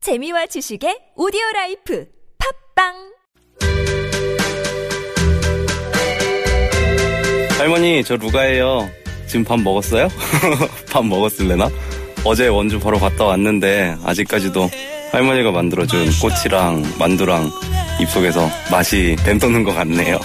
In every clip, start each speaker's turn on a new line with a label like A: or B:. A: 재미와 지식의 오디오 라이프 팝빵
B: 할머니 저 루가예요. 지금 밥 먹었어요? 밥 먹었을래나? 어제 원주 바로 갔다 왔는데 아직까지도 할머니가 만들어준 꼬치랑 만두랑 입속에서 맛이 맴도는 것 같네요.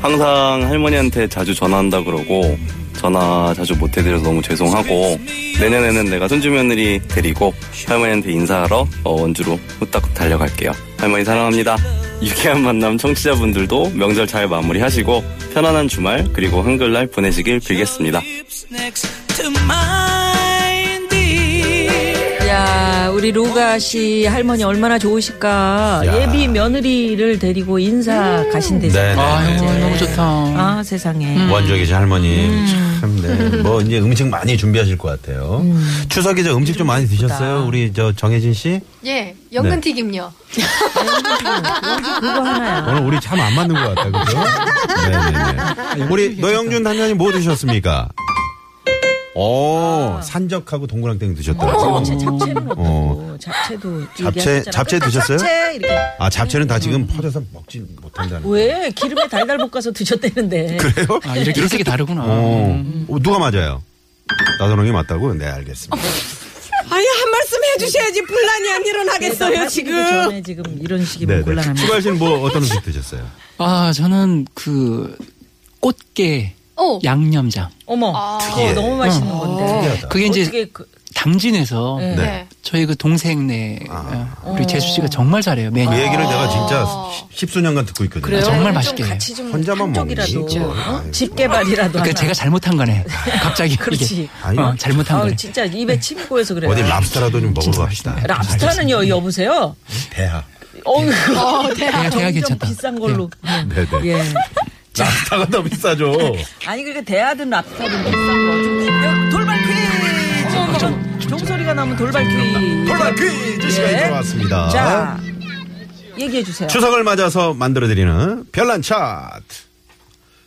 B: 항상 할머니한테 자주 전화한다 그러고 전화 자주 못 해드려서 너무 죄송하고 내년에는 내가 손주 며느리 데리고 할머니한테 인사하러 어, 원주로 후딱 달려갈게요. 할머니 사랑합니다. 유쾌한 만남 청취자분들도 명절 잘 마무리하시고 편안한 주말 그리고 한글날 보내시길 빌겠습니다.
C: lips next to mine, dear.
D: 야, 우리 로가 씨 할머니 얼마나 좋으실까.
E: 야.
D: 예비 며느리를 데리고 인사
F: 음.
D: 가신대잖아요.
E: 네네.
D: 이제.
E: 아유,
F: 너무 좋다.
D: 아, 세상에.
F: 음.
E: 원주에 계신 할머니 참, 네. 뭐 이제 음식 많이 준비하실 것 같아요. 추석에 저 음식 좀 많이 드셨어요, 우리 저 정혜진 씨?
G: 예, 연근튀김요.
D: 그거 하나야.
E: 오늘 우리 참 안 맞는 것 같다, 그죠? 네네네. 아, 우리 노영준 단장님 뭐 드셨습니까? 오, 산적하고 동그랑땡 드셨더라고요.
D: 잡채, 잡채는 없고.
E: 어.
D: 잡채도
E: 잡채, 잡채 드셨어요?
D: 잡채 이렇게.
E: 아, 잡채는 다 지금 퍼져서 먹지 못한다는.
D: 왜 기름에 달달 볶아서 드셨대는데.
E: 그래요?
F: 아, 이렇게 색이 다르구나.
E: 어, 어, 누가 맞아요? 나선홍이 맞다고요? 네, 알겠습니다.
H: 아니 한 말씀 해주셔야지 분란이 안
F: 아,
H: 일어나겠어요 지금.
D: 전에 지금 이런 식이면
E: 네네.
D: 곤란합니다.
E: 추가할 씨는 뭐 어떤 음식 드셨어요?
F: 아, 저는 그 꽃게
D: 어.
G: 오,
F: 양념장.
D: 어머, 그거
E: 특이해.
D: 너무 맛있는 건데.
E: 특이하다.
F: 아. 어. 그게 이제
D: 어떻게 그,
F: 당진에서
D: 네.
G: 네.
F: 저희 그 동생네 어, 우리 재수 씨가 정말 잘해요 메뉴.
E: 그 얘기를 내가 진짜 십수년간 듣고 있거든요.
F: 아, 정말
G: 좀
F: 맛있게. 해요.
G: 같이 좀
E: 혼자만 먹니?
D: 쪽이라도
E: 그걸.
D: 어?
E: 아이고.
D: 집 개발이라도
F: 그러니까
D: 하나.
F: 제가 잘못한 거네. 갑자기
D: 아. 그렇지.
F: 이게
E: 아니,
F: 어, 잘못한
D: 아우
F: 거네.
D: 진짜 입에 침이 고여서 그래요.
E: 어디 랍스타라도 좀 먹으러 갑시다.
D: 네.
E: 예. 아,
D: 랍스타는요 여보세요.
E: 대하.
D: 어우
F: 대가 대가 괜찮다.
D: 비싼 걸로.
E: 네네.
D: 예.
E: 랍스타가 더 비싸죠.
D: 아니 그러니까 대하든 랍스타든 비싼 거. 돌발 퀴즈. 종소리가 나면 돌발 퀴즈.
E: 어, 돌발 퀴즈 시간이
D: 예.
E: 돌아왔습니다.
D: 자 얘기해 주세요.
E: 추석을 맞아서 만들어드리는 별난 차트.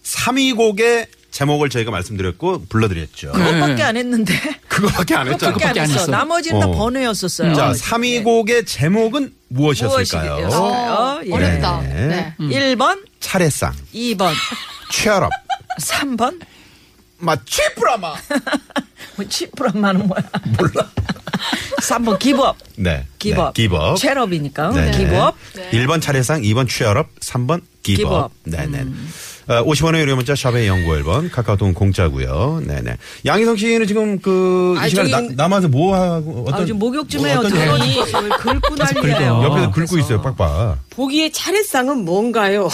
E: 3위 곡의 제목을 저희가 말씀드렸고 불러드렸죠.
D: 그것밖에 안 했는데.
E: 네. 그렇죠. 그거밖에 안 했잖아요.
D: 음. 그것밖에 안
F: 안
D: 했어.
F: 했어.
D: 나머지는 다
E: 어.
D: 번외였었어요.
E: 자,
D: 어,
E: 3위 곡의 제목은 무엇이었을까요?
D: 무엇이겠어요? 예.
G: 아, 어렵다.
E: 네.
G: 네.
D: 음. 1번,
E: 차례상,
D: 2번,
E: 취업,
D: 3번.
E: 마취프라마.
D: 뭐 치프란말은 뭐야?
E: 몰라.
D: 3번 기부업.
E: 네.
D: 기부업.
E: 네, 기부업.
D: 첼업이니까.
E: 네.
D: 어, 기부업.
E: 1번 차례상, 2번 취업업, 3번 기부업.
D: 기부업. 음.
E: 네네. 어, 50원의 유료 문자 샵의 연구 1번 카카오톡은 공짜고요. 네네. 양희성 씨는 지금 그
H: 아니,
E: 시간
H: 저기-
E: 남아서 뭐 하고 어떤
D: 아, 지금 목욕 좀
E: 뭐
D: 해요.
E: 어떤
D: 들어니 긁고 난리예요.
F: 긁어.
E: 옆에서 긁고 있어요. 빡빡.
H: 보기의 차례상은 뭔가요?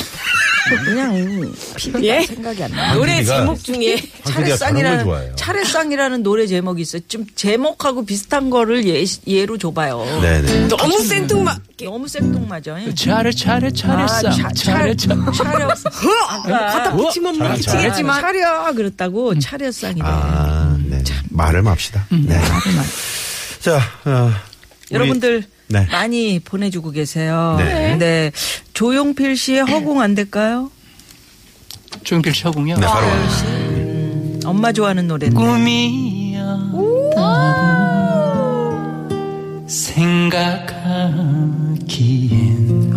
D: 그냥
H: 예?
D: 생각이 안 나.
H: 노래
E: PD가
H: 제목 중에
E: 황 PD가 다른 걸 좋아해요.
D: 차례상이라는 차례상이라는 노래 제목이 있어요. 좀 제목하고 비슷한 거를 예, 예로 줘봐요.
E: 네네. 그렇죠.
H: 너무 생뚱맞.
E: 어?
D: 너무 생뚱맞아.
F: 차례 차례
D: 아,
F: 차례상 차례 차례.
D: 차려. 아,
F: 아,
H: 갖다 붙이면
E: 잘한다.
H: 모르겠지만
D: 차려 그랬다고 차례상이래.
E: 음. 아,
D: 음.
E: 네. 말을 맙시다. 네. 자, 어, 우리-
D: 여러분들
E: 네.
D: 많이 보내주고 계세요.
E: 네.
D: 네. 조용필 씨의 허공 안 될까요? 아.
F: 조용필 처공요.
E: 네, 바로 와요.
D: 엄마 좋아하는 노래인데.
E: 어,
F: 꿈이었다고 생각하기엔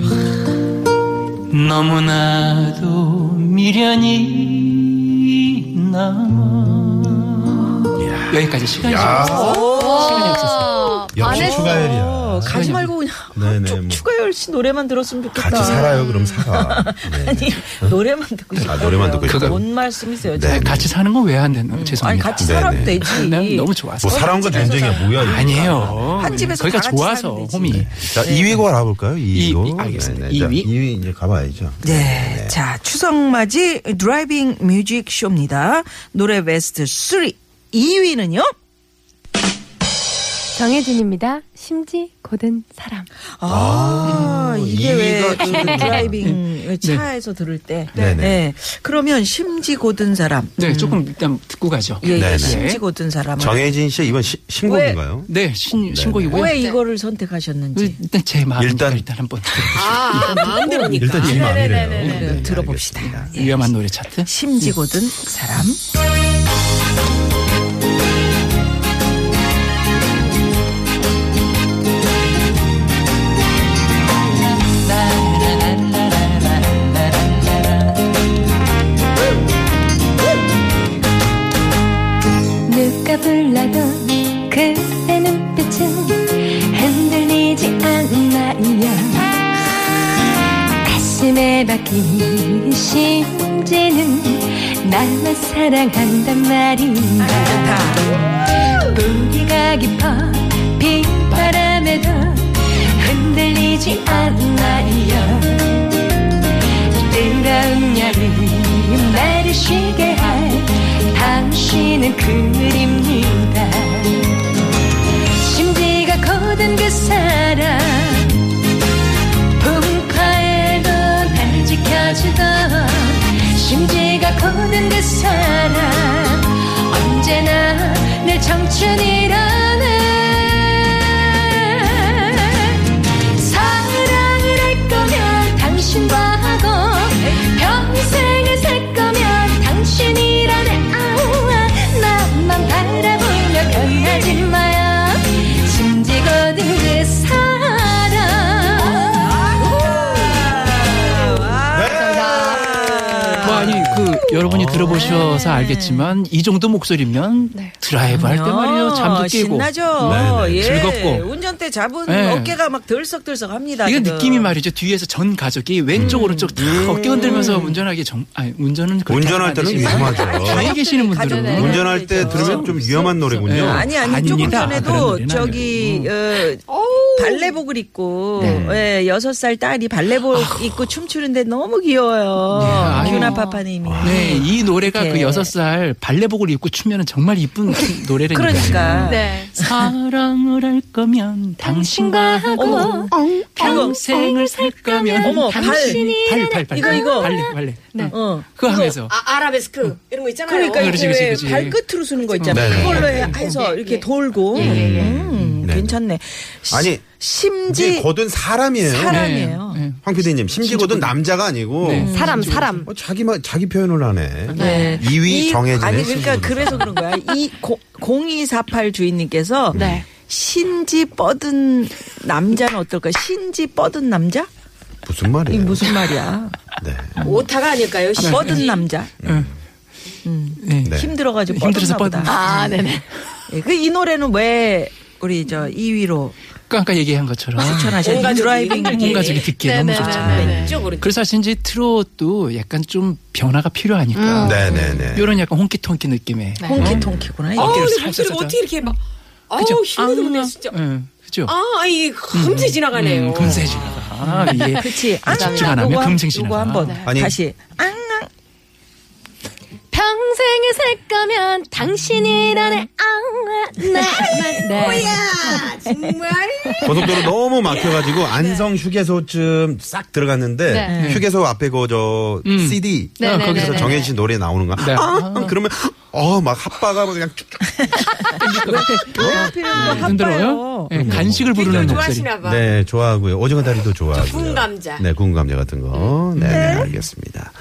F: 너무나도 미련이 남아 여기까지 시간이 없었어 시간이 없었어
G: 아, 안
E: 역시
G: 했어.
E: 추가열이야.
D: 가지 말고 그냥
E: 네네,
D: 쭉
E: 뭐.
D: 추가열 씨 노래만 들었으면 좋겠다.
E: 같이 살아요. 그럼 살아. 네.
D: 아니 노래만 듣고 싶어요.
E: 노래만 듣고 싶어요.
D: 뭔 말씀이세요?
E: 네.
F: 같이 사는 건 왜 안 되나
D: 아니
F: 죄송합니다
D: 같이
E: 네네.
D: 살아도 되지.
F: 난 너무 좋아서
E: 뭐 사랑한 건 전쟁이야. 뭐야. 이거.
F: 아니에요
D: 한 집에서
F: 거기가
D: 다 같이
F: 좋아서
D: 살면 되지.
F: 홈이
E: 자, 2위 곡 알아볼까요? 2위
F: 이-
E: 곡.
F: 이- 알겠습니다.
E: 네네. 자,
F: 2위.
E: 2위 이제 가봐야죠.
D: 네. 자, 추석맞이 드라이빙 뮤직 쇼입니다. 노래 베스트 3. 2위는요?
I: 정혜진입니다. 심지 고든 사람.
D: 아, 이게 왜
E: 이위가
D: 그 드라이빙 왜 차에서 들을 때.
E: 네네.
D: 그러면 심지 고든 사람. 음.
F: 네 조금 일단 듣고 가죠
D: 예,
E: 네네.
D: 예, 심지 고든 사람.
E: 정혜진 씨 이번 시, 신곡인가요?
F: 네 신, 신곡이고요
D: 왜 이거를 선택하셨는지
F: 일단 제 마음
E: 일단-
F: 일단 일단 한번
H: 아
D: 그러니까
H: 마음대로니까.
E: 일단 제 마음이래요. 네,
D: 들어봅시다.
E: 알겠습니다.
F: 위험한 노래 차트
D: 심지 고든 사람.
I: 가슴에 박힌 심지는 나만 사랑한단 말인가 분기가 깊어 빗바람에도 흔들리지 않나요 뜨거운 여름 나를 쉬게 할 당신은 그립니다 심지가 고된 그 사람 분파에도 날 지켜주던 심지가 고는 그 사람 언제나 내 청춘이라네 사랑을 할 거면 당신과 하고 평생을 살 거면 당신이라네 아우 나만 바라보며 변하지 마요 심지거든 그 사람
F: 뭐 아니 그 여러분이 들어보셔서 알겠지만 이 정도 목소리면
G: 네.
F: 드라이브 할 때 말이에요 잠도 깨고
D: 신나죠.
E: 네네.
D: 예.
F: 즐겁고.
D: 운전대 잡은
F: 네.
D: 어깨가 막 들썩들썩합니다.
F: 이게
D: 지금.
F: 느낌이 말이죠 뒤에서 전 가족이 왼쪽 오른쪽 다 어깨 흔들면서 운전하기 정 아니 운전은 그렇게
E: 운전할
F: 하면 안
E: 때는
F: 되지만
E: 위험하죠.
F: 가만히 계시는 분들은
G: 가족들이
E: 네. 운전할 때 들으면 좀 위험한 노래군요.
F: 네.
D: 아니 아니 조금
F: 아닙니다.
D: 전에도
F: 그런 음. 노래는
D: 저기 어, 발레복을 입고
F: 네.
D: 예, 여섯 살 딸이 발레복 입고 춤추는데 너무 귀여워요. 음.
F: 네,
D: 규나
F: 아유.
D: 파파님이.
F: 네, 이 노래가
D: 이렇게.
F: 그 여섯 살 발레복을 입고 추면은 정말 이쁜 춤- 노래라니까.
D: 그러니까
G: 네.
F: 사랑을 할 거면 당신과 하고 평생을 살 거면
D: 어머, 발.
F: 발, 발, 발.
D: 이거, 이거.
F: 발레, 발레.
I: 네.
D: 어.
F: 그거 하면서
H: 아, 아라베스크 이런 거 있잖아요. 어,
D: 그러니까
F: 그렇지,
D: 이렇게
F: 그렇지, 그렇지.
D: 왜 발끝으로 쓰는 거 있잖아요.
E: 네, 네,
D: 그걸로
E: 네,
D: 해- 해서
G: 예,
D: 이렇게
G: 예.
D: 돌고.
F: 네,
G: 예, 예, 예.
D: 음,
E: 네.
D: 괜찮네. 시-
E: 아니, 심지
D: 심지
E: 거둔 사람이에요.
D: 사람이에요.
F: 네, 네.
E: 황 PD님 심지 거둔 남자가 아니고
F: 네.
H: 사람 사람.
E: 어, 자기 말 자기 표현을 하네.
D: 네.
E: 2위
D: 이-
E: 정해진
D: 아니 그러니까 그래서 그런 거야. 이 고- 0248 주인님께서
G: 네.
D: 신지 뻗은 남자는 어떨까? 신지 뻗은 남자?
E: 무슨
D: 이
E: 말이에요?
D: 무슨 말이야?
E: 네.
H: 오타가 아닐까요?
D: 아, 뻗은 남자.
F: 네.
E: 네.
D: 힘들어가지고
F: 힘들어서
D: 뻗었나 보다.
F: 뻗은.
G: 아, 네네.
D: 그 이 노래는 왜 우리 저 2위로
F: 아까, 아까 얘기한 것처럼
D: 추천하셨는지
H: 온 가족이
D: 드라이빙
H: 힘들게.
F: 온 가족이 듣기에 너무
H: 아,
G: 네네네네.
F: 좋죠.
G: 네.
H: 쪽으로.
F: 그래서 사실 이제 트롯도 약간 좀 변화가
E: 음.
F: 필요하니까
E: 네네네.
F: 이런 약간 홍키통키 느낌의
G: 네.
D: 홍키통키구나. 이게.
H: 어우, 내
F: 살짝,
H: 목소리가
F: 살짝.
H: 어떻게 이렇게 막. 아우,
F: 그죠?
H: 힘이 드네, 진짜.
F: 예, 그죠?
H: 아, 아니, 금세 지나가네요.
F: 음, 금세 지나가. 아, 이게
D: 그렇지. 아,
F: 집중 안 하면
D: 요거 한-
F: 금생 지나가.
D: 요거 한번
E: 아니.
D: 다시. 앙
I: 평생을 살 거면 당신이라네 아우 나만 네.
H: 아,
E: 고속도로 너무 막혀가지고 안성 휴게소쯤 싹 들어갔는데
G: 네.
E: 휴게소 앞에 그저
D: 음.
E: CD
G: 네, 네,
E: 거기서
G: 네, 네,
E: 정해진 노래 나오는 거야.
F: 네.
E: 아, 그러면 어 막 핫바가 막 그냥 쭉쭉.
D: 하필 또
F: 음, 네, 힘들어요.
D: 한빠요.
F: 예, 간식을 부르는 목소리.
H: 좋아하시나 봐.
E: 네 좋아하고요. 오징어 다리도 좋아하고요.
H: 구운 감자.
E: 네 구운 감자 같은 거. 네, 네 알겠습니다.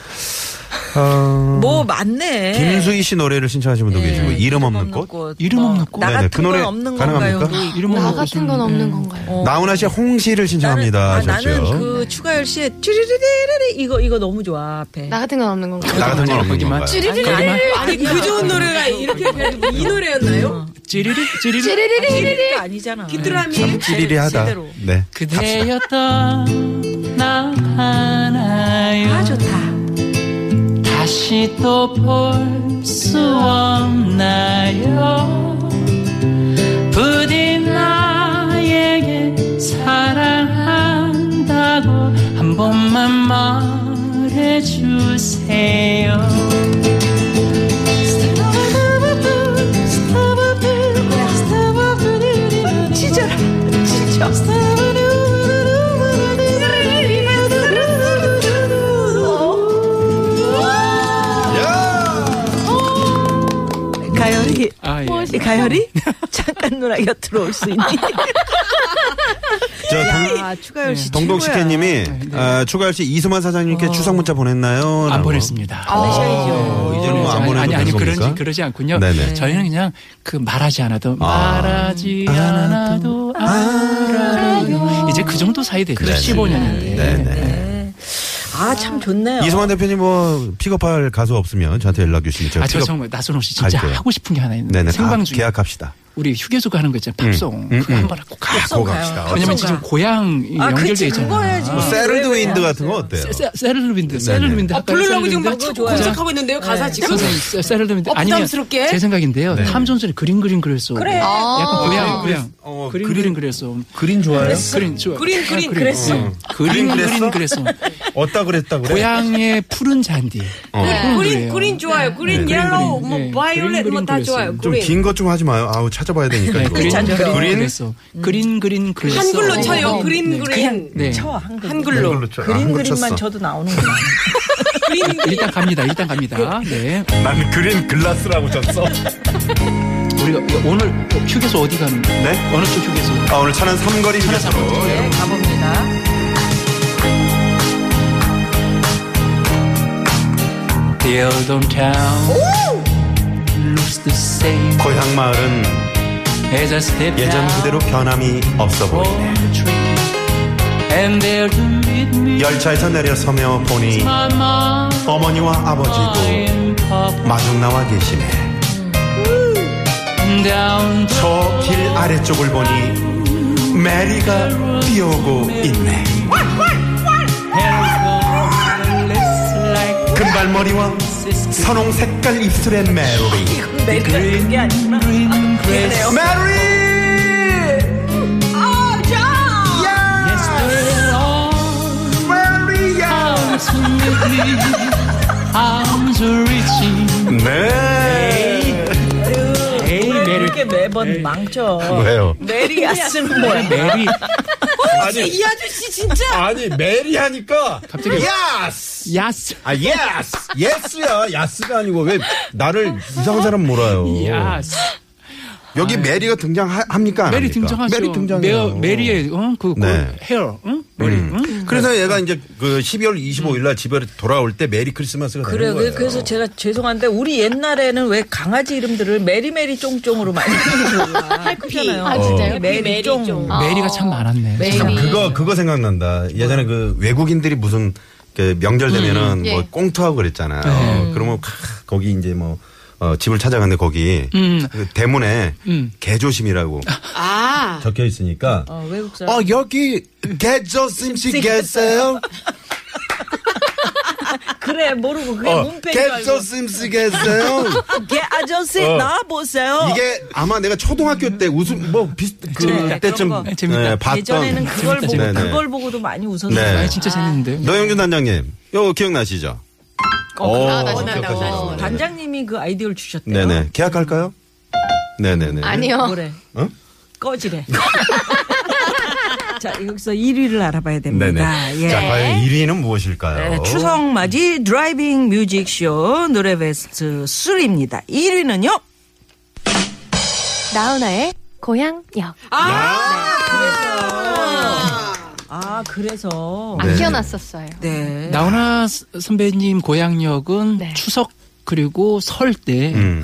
E: 어,
D: 뭐 맞네.
E: 김수희 씨 노래를 신청하신 분도 계시고 이름 없는 꽃.
F: 이름
D: 뭐,
F: 없는 꽃.
D: 나
E: 네네,
D: 같은
E: 그 노래
D: 건 없는
E: 가능합니까?
D: 건가요도 뭐 있고.
F: 이름
G: 나
F: 없는
G: 같은 건 없는 건가요?
E: 나훈아 씨의 홍시를 신청합니다.
D: 나는, 아,
E: 하셨죠.
D: 나는 그 추가열 씨의 쭈리리리리 이거 이거 너무 좋아 앞에.
G: 나 같은 건 없는 건가요?
E: 나 같은 건 없는
F: 거기만.
E: 건가요?
F: 거기만
H: 아니, 그 좋은 노래가 이렇게 별로 이
D: 음.
H: 노래였나요?
F: 찌리리 찌리리
D: 쭈리리리리가 아, 아니잖아.
H: 귀뚜라미.
E: 참 찌리리하다.
D: 그 제대로.
E: 네.
F: 그대였던 나 하나요
D: 아 좋다.
F: 다시 또 볼 수 없나요 부디 나에게 사랑한다고 한 번만 말해주세요
D: 찢어라 찢어. 가열이
F: 아, 예.
D: 이 네, 가열이 잠깐 누나 곁으로 올 수 있니?
E: 저 동,
D: 아 추가열 씨
E: 동동
D: 최고야.
E: 식혜님이 아, 추가열 씨 이수만 사장님께 추석 문자 보냈나요?
F: 네. 어. 안
E: 라고.
F: 보냈습니다.
E: 어, 이제는 뭐안
F: 아니,
E: 보내도
F: 아니, 아니,
E: 되는 겁니까?
F: 그러지, 그러지 않군요.
E: 네네.
F: 저희는 그냥 그 말하지 않아도
E: 아.
F: 말하지 않아도 알아요. 이제 그 정도 사이 됐죠.
E: 네네.
F: 15년인데.
E: 그렇죠. 네네.
D: 아 참 좋네요.
E: 이수만 대표님 뭐 픽업할 가수 없으면 저한테 연락 주시면 제가
F: 아, 저
E: 픽업
F: 정말 나선홍 씨 진짜
E: 갈게요.
F: 하고 싶은 게 하나 있는데
E: 네네 다
F: 생방 중에
E: 계약합시다. 음.
F: 우리 휴게소 가는 거 있잖아요. 팝송 그거 한번 하고 가.
E: 가고 갑시다.
F: 왜냐면 지금 고향 이
D: 아, 그치,
F: 연결돼
D: 그거
F: 있잖아요.
D: 해야지.
E: 뭐 세르드 윈드 같은 거 어때요?
F: 세르르빈드, 세르르빈드. 그
H: 아, 부르려고 지금 막 자꾸
D: 좋아요.
H: 검색하고 있는데요, 가사 지금.
F: 선생님 세르르빈드
H: 어,
F: 아니면
H: 부담스럽게? 아.
F: 제 생각인데요. 탐정전에 그림 그림 그렸어.
D: 그래.
F: 약간 고향 고향.
E: 어,
F: 그림
E: 그림-
F: 그림 그렸어. 네,
E: 그린 좋아요?
F: 그림 좋아.
H: 그린, 그린,
F: 아,
H: 그랬어.
F: 어. 그림 그린 그랬어.
E: 어따 그랬다 그래?
F: 고향의 푸른 잔디.
E: 어.
H: 네, 그린, 그린 좋아요. 그린,
F: 그린,
H: 옐로우,
F: 그린,
H: 뭐,
F: 네.
H: 바이올렛,
F: 그린,
H: 뭐 다
F: 그린
H: 좋아요.
E: 좀
H: 그린.
E: 긴 것 좀 하지 마요. 아우 찾아봐야 되니까.
F: 네,
E: 이거.
F: 그린 그린
D: 그린.
F: 그랬어. 그린 그린 그랬어.
H: 한글로 쳐요.
F: 어,
H: 그린,
F: 네.
H: 그린.
F: 네.
D: 쳐, 한글.
H: 한글로.
E: 그걸로 쳐. 아,
D: 그림
E: 한글
D: 그림만
E: 쳤어.
D: 쳐도 나오는구나.
H: 그린, 그
F: 일단 갑니다. 일단 갑니다. 네.
E: 난 그린 글라스라고 쳤어.
F: 우리가 오늘 휴게소 어디 가는 거?
E: 네?
F: 어느 쪽 휴게소?
E: 아, 오늘 차는 삼거리 휴게소로.
D: 네, 가봅니다.
F: The old hometown looks the same
E: 고향 마을은
F: as I step
E: 예전
F: down
E: 그대로 변함이 없어
F: from
E: 보이네.
F: the train. And there to meet me
E: 열차에서 내려서며 보니
F: my mom
E: 어머니와 아버지도
F: and papa
E: 마중 나와 계시네.
F: down the
E: 저 길 아래쪽을 보니 메리가 뛰어오고 있네. 금발머리와 선홍색깔 입술의 메리.
F: green grass
E: 메리!
F: They're all arms to meet me arms reaching
E: 네.
F: Hey Mary
D: 이렇게 매번 망쳐.
E: 왜요?
D: 메리 네. 아슨 뭐야?
F: Mary
E: 아니,
H: 이 아저씨 진짜.
E: 아니 메리 하니까
F: 갑자기-
E: 야스.
F: 야스
E: 아 예스. 예스야. 야스가 아니고 왜 나를 이상한 사람 몰아요.
F: 야스
E: 여기 메리가 등장합니까? 안
F: 메리
E: 합니까?
F: 등장하죠.
E: 메리 등장해요.
F: 메어- 메리의 어? 그, 그
E: 네.
F: 헤어, 응? 메리.
D: 음.
F: 응?
E: 그래서
D: 네.
E: 얘가 이제 그 12월 25일 날 집에 돌아올 때 메리 크리스마스가
D: 그래요.
E: 되는 거예요.
D: 그래서 제가 죄송한데 우리 옛날에는 왜 강아지 이름들을 메리메리 쫑쫑으로 많이 했잖아요. 어.
G: 아, 진짜요?
D: 메리 쫑. 어.
F: 메리가 참 많았네.
G: 메리.
E: 그거 그거 생각난다. 예전에 그 외국인들이 무슨 그 명절
D: 음.
E: 되면은
G: 예.
E: 뭐 꽁트하고 그랬잖아요.
D: 네.
E: 그러면 캬, 거기 이제 뭐 어, 집을 찾아갔는데 거기
F: 음.
E: 그 대문에 개조심이라고
H: 아.
E: 적혀 있으니까
D: 음. 어, 외국 사람.
E: 어 여기 개조심 씨
D: 음.
E: 계세요?
D: 아, 그래 모르고 그게
E: 어,
D: 문패인 줄 알고.
E: 개조심 씨 계세요?
D: 개 아저씨 나와 보세요.
E: 이게 아마 내가 초등학교 때 웃음 뭐 비슷 그
F: 재밌다.
E: 때쯤
D: 그런
F: 거. 재밌다.
E: 예, 봤던
D: 예전에는 그걸 보고
E: 재밌다.
D: 그걸 보고도 많이
E: 네.
F: 아,
D: 웃었어요.
F: 진짜 재밌는데.
E: 노영준 단장님 요 기억나시죠? 오, 기억하시나요?
G: 아, 나. 네.
D: 반장님이 그 아이디어를 주셨대요.
E: 네네. 계약할까요? 네네네.
G: 아니요.
D: 뭐래?
E: 어?
D: 꺼지래. 자 여기서 1위를 알아봐야
E: 네네.
D: 됩니다. 예.
E: 자, 과연 1위는 무엇일까요?
D: 네, 추석 맞이 드라이빙 뮤직쇼 노래 베스트 3입니다. 1위는요?
I: 나훈아의 고향역.
D: 아, 그래서.
G: 아껴놨었어요.
D: 네.
F: 나훈아 스- 선배님 고향역은
G: 네.
F: 추석 그리고 설 때
E: 음.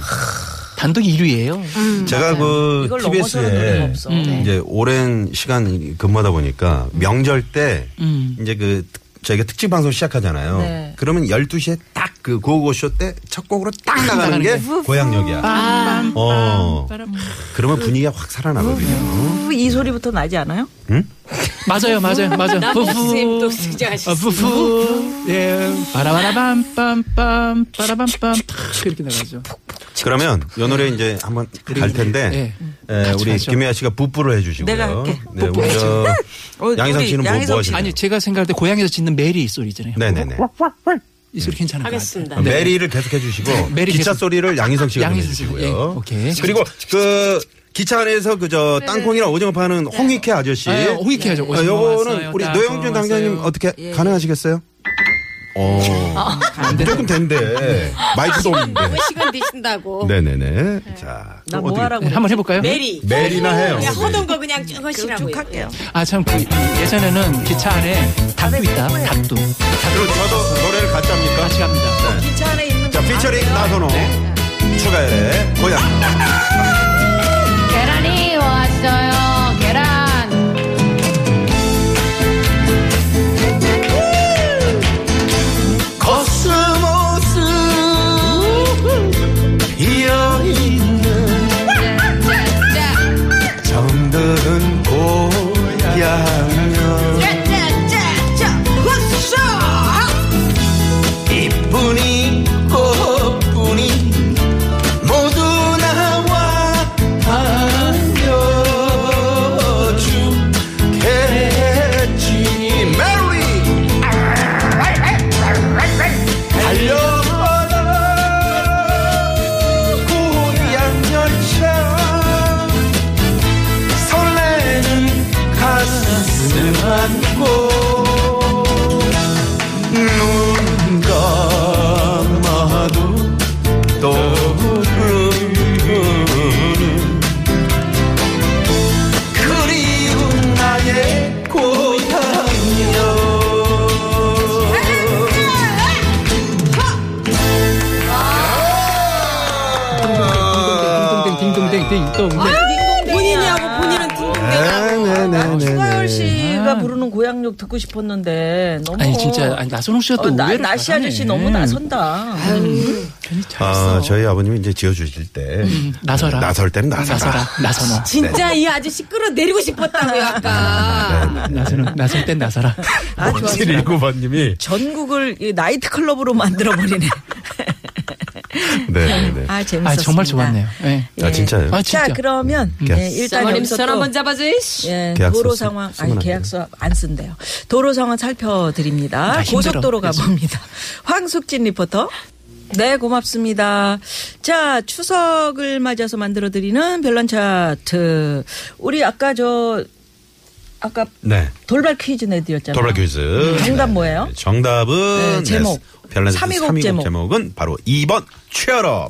F: 단독 1위예요.
E: 제가 그
D: 이걸 넘어서는 노래가 네.
E: TBS에
D: 없어.
F: 음.
E: 이제 오랜 시간 근무하다 보니까 명절 때
F: 음.
E: 이제 그 특- 저희가 특집 방송 시작하잖아요.
D: 네.
E: 그러면 12시에 딱 그 고고쇼 때 첫 곡으로 딱 나가는 게 고향역이야. 어. 그러면 분위기가 확 살아나거든요.
F: 음.
D: 후, 이 소리부터 나지 않아요?
F: 맞아요, 맞아요, 맞아요.
H: 선생님 또
F: 부부. 아,
H: 등장하셨어.
F: 부부. 예. 바라바라밤, 빰, 빰, 바라밤, 빰. 탁 이렇게 나가죠.
E: 그러면 요 노래 이제 한번
F: 음.
E: 갈 텐데 에,
F: 예.
E: 우리
F: 가죠.
E: 김혜아 씨가 부부를 해주시고요.
D: 내가 할게.
E: 네, 우리 저
D: 어,
E: 양희성
D: 우리
E: 씨는 뭐,
D: 양희성
E: 뭐
D: 씨.
E: 하시나요?
F: 아니, 제가 생각할 때 고향에서 짓는 메리 소리 있잖아요.
E: 네네네.
F: 이 소리 괜찮은 것
H: 하겠습니다.
F: 같아요. 네.
E: 메리를 계속 해주시고
F: 메리
E: 기차
F: 계속.
E: 소리를 양희성 씨가
F: 양희성
E: 해주시고요.
F: 씨, 예, 오케이. 네.
E: 그리고 그 기차 안에서 그저 땅콩이랑 오징어 파는 홍익회 아저씨.
F: 아, 홍익회 아저씨.
E: 아,
F: 오징어
E: 요거는
F: 왔어요.
E: 우리
F: 땅콩
E: 노영준 당장님
F: 왔어요. 예. 아,
E: 어떻게 가능하시겠어요? 어.
F: 네.
E: 조금 된대. 마이크도 없는데.
G: 시간 되신다고.
E: 네네네. 자.
D: 어. 나
E: 어떻게-
D: 뭐 하라고.
F: 네,
D: 그래?
F: 한번 해볼까요?
H: 메리.
E: 메리나 해요.
F: 네.
H: 그냥 허던 거 그냥 쭉 하시라고.
D: 쭉 할게요.
F: 아, 참, 그, 예전에는 기차 안에 닭도 있다, 닭도.
E: 그럼 저도 노래를 같이 합니까?
F: 같이 갑니다.
D: 기차 안에 있는
E: 자,
D: 거
E: 피처링
D: 아세요?
E: 나선호.
D: 네.
E: 추가열의 고향.
I: 계란이 왔어요. 계란.
F: 코스모스 이어 있는
I: 짠짠짠.
C: 가슴 안고 눈 감아도 떠오르는 그리운 나의 고향이여
E: 네.
F: 딩동댕 딩동.
D: 아.
H: 본인이하고 본인은
C: 아, 네,
D: 추가열
E: 네네네네.
D: 씨가
F: 아.
D: 부르는 고향역 듣고 싶었는데 너무
F: 아니 진짜 아니, 나선홍 씨가 또
D: 어, 나,
F: 의외로
D: 나시 아저씨 너무 나선다.
F: 괜히 음, 잘했어. 음,
E: 아, 저희 아버님이 이제 지어주실 때.
F: 나서라.
E: 나설 때는 나서라.
F: 나서라. 나선홍.
H: 진짜
F: 네.
H: 이 아저씨 끌어내리고 싶었다고요
E: 네,
H: 아까.
F: 나선홍. 나설 땐 나서라.
D: 아, 좋아, 좋아.
E: 719번님이.
D: 전국을 이 나이트 클럽으로 만들어 버리네.
E: 네네네.
D: 아 재밌었습니다.
F: 아 정말 좋았네요. 예.
E: 아, 진짜요?
F: 아 진짜.
D: 자 그러면
E: 음.
D: 예, 일단
H: 사모님
D: 여기서
H: 손
D: 또
H: 한번 잡아줘요.
D: 예,
E: 계약서
D: 도로
E: 쓰-
D: 상황
E: 쓰면
D: 아니
E: 안 돼요?
D: 계약서 안 쓴대요. 도로 상황 살펴드립니다.
F: 나 아, 힘들어.
D: 고속도로
F: 그래서.
D: 가봅니다. 황숙진 리포터. 네, 고맙습니다. 자, 추석을 맞아서 만들어드리는 별난 차트. 우리 아까 저, 아까
E: 네.
D: 돌발 퀴즈 내드렸잖아요.
E: 돌발 퀴즈.
D: 음, 정답
E: 네.
D: 뭐예요?
E: 정답은
D: 네, 제목.
E: 네, 별난
D: 삼이곡
E: 320
D: 제목.
E: 제목은 바로 2번
D: 최러.
E: 취업업.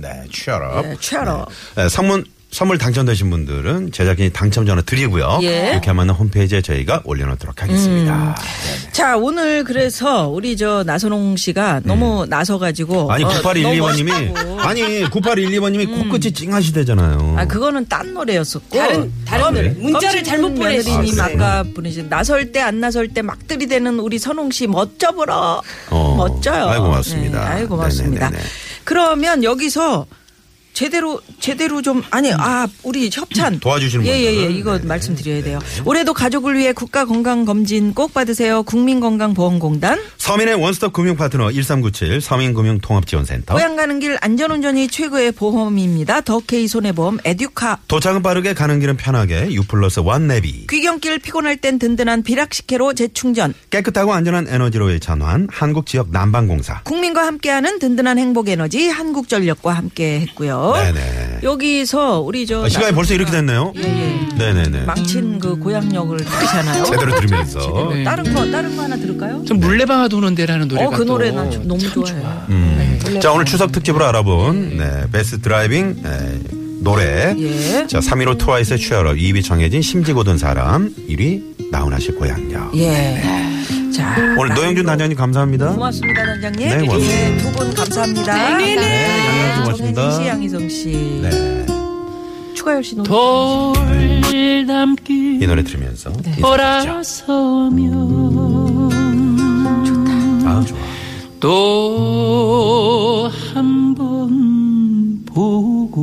E: 네, 취업업.
D: 네, 취업업.
E: 네. 네, 선물 선물 당첨되신 분들은 제작진이 당첨 전화 드리고요.
D: 예. 음.
E: 이렇게 하면 홈페이지에 저희가 올려놓도록 하겠습니다. 네.
D: 자, 오늘 그래서 우리 저 나선홍 씨가 너무 나서가지고.
E: 네. 아니
D: 어,
E: 9812번님이 아니 9812번님이 코끝이 찡하시대잖아요.
D: 아, 그거는 딴 노래였었고.
H: 다른
E: 아,
H: 다른
E: 그래요?
H: 문자를 잘못 보내신
D: 며느리님
E: 아,
D: 아,
E: 그래요?
D: 까 보내신 나설 때 안 나설 때 막 들이대는 우리 선홍 씨 멋져 보러
E: 어.
D: 멋져요.
E: 아이고, 고맙습니다.
D: 네, 아이고 고맙습니다.
E: 네네네네.
D: 그러면 여기서 제대로 제대로 좀 아니 아 우리 협찬
E: 도와주시는
D: 예예예
E: 분들.
D: 이거
E: 네네.
D: 말씀드려야 돼요. 올해도 가족을 위해 국가 건강 검진 꼭 받으세요. 국민건강보험공단
E: 서민의 원스톱 금융 파트너 1397 서민금융통합지원센터.
D: 고향 가는 길 안전운전이 최고의 보험입니다. 더케이 손해보험 에듀카
E: 도착은 빠르게 가는 길은 편하게 유플러스 원내비.
D: 귀경길 피곤할 땐 든든한 비락식혜로 재충전
E: 깨끗하고 안전한 에너지로의 전환 한국 지역 난방공사.
D: 국민과 함께하는 든든한 행복 에너지 한국전력과 함께 어? 했고요.
E: 네네.
D: 여기서 우리 저
E: 아, 시간이
D: 나-
E: 벌써 이렇게 됐네요. 네네네.
D: 망친 그 고향역을 들으잖아요.
E: 제대로 들으면서.
F: 네.
D: 다른 거 다른 거 하나 들을까요?
F: 전
E: 네.
F: 물레방아 도는데라는 노래가
D: 어 그 노래 난
F: 또
D: 좀 너무
F: 참
D: 좋아해.
F: 좋아.
D: 요
E: 음. 자 오늘 추석 특집으로 알아본 네, 베스트 드라이빙 에, 노래.
D: 예.
E: 자 3위로 트와이스의 취하러 2위 정해진 심지고든 사람 1위 나훈아 씨 고향역.
D: 예.
F: 네.
D: 자 아,
E: 오늘 노영준 단장님 감사합니다.
D: 고맙습니다 단장님.
E: 네, 고맙습니다.
D: 예, 두 분 감사합니다.
E: 네,
D: 네,
E: 고맙습니다.
D: 정혜진 씨, 양희성 씨,
E: 네.
D: 추가열 씨 노래.
F: 돌담길
E: 이 노래 들으면서
D: 네.
E: 인사드리죠.
F: 돌아서면
E: 아 좋아.
F: 또 한 번 보고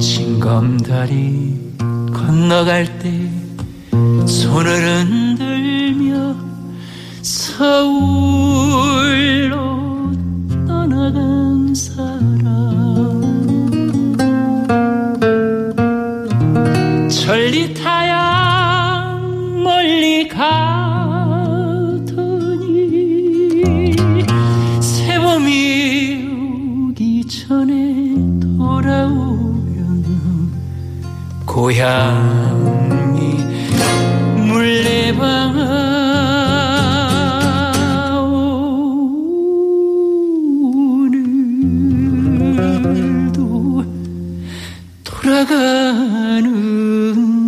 F: 징검다리 건너갈 때 손을 흔들며 서울로 떠나간 사람 천리 타야 멀리 가더니 새봄이 오기 전에 돌아오면 고향이 물레방아 오늘도 돌아가는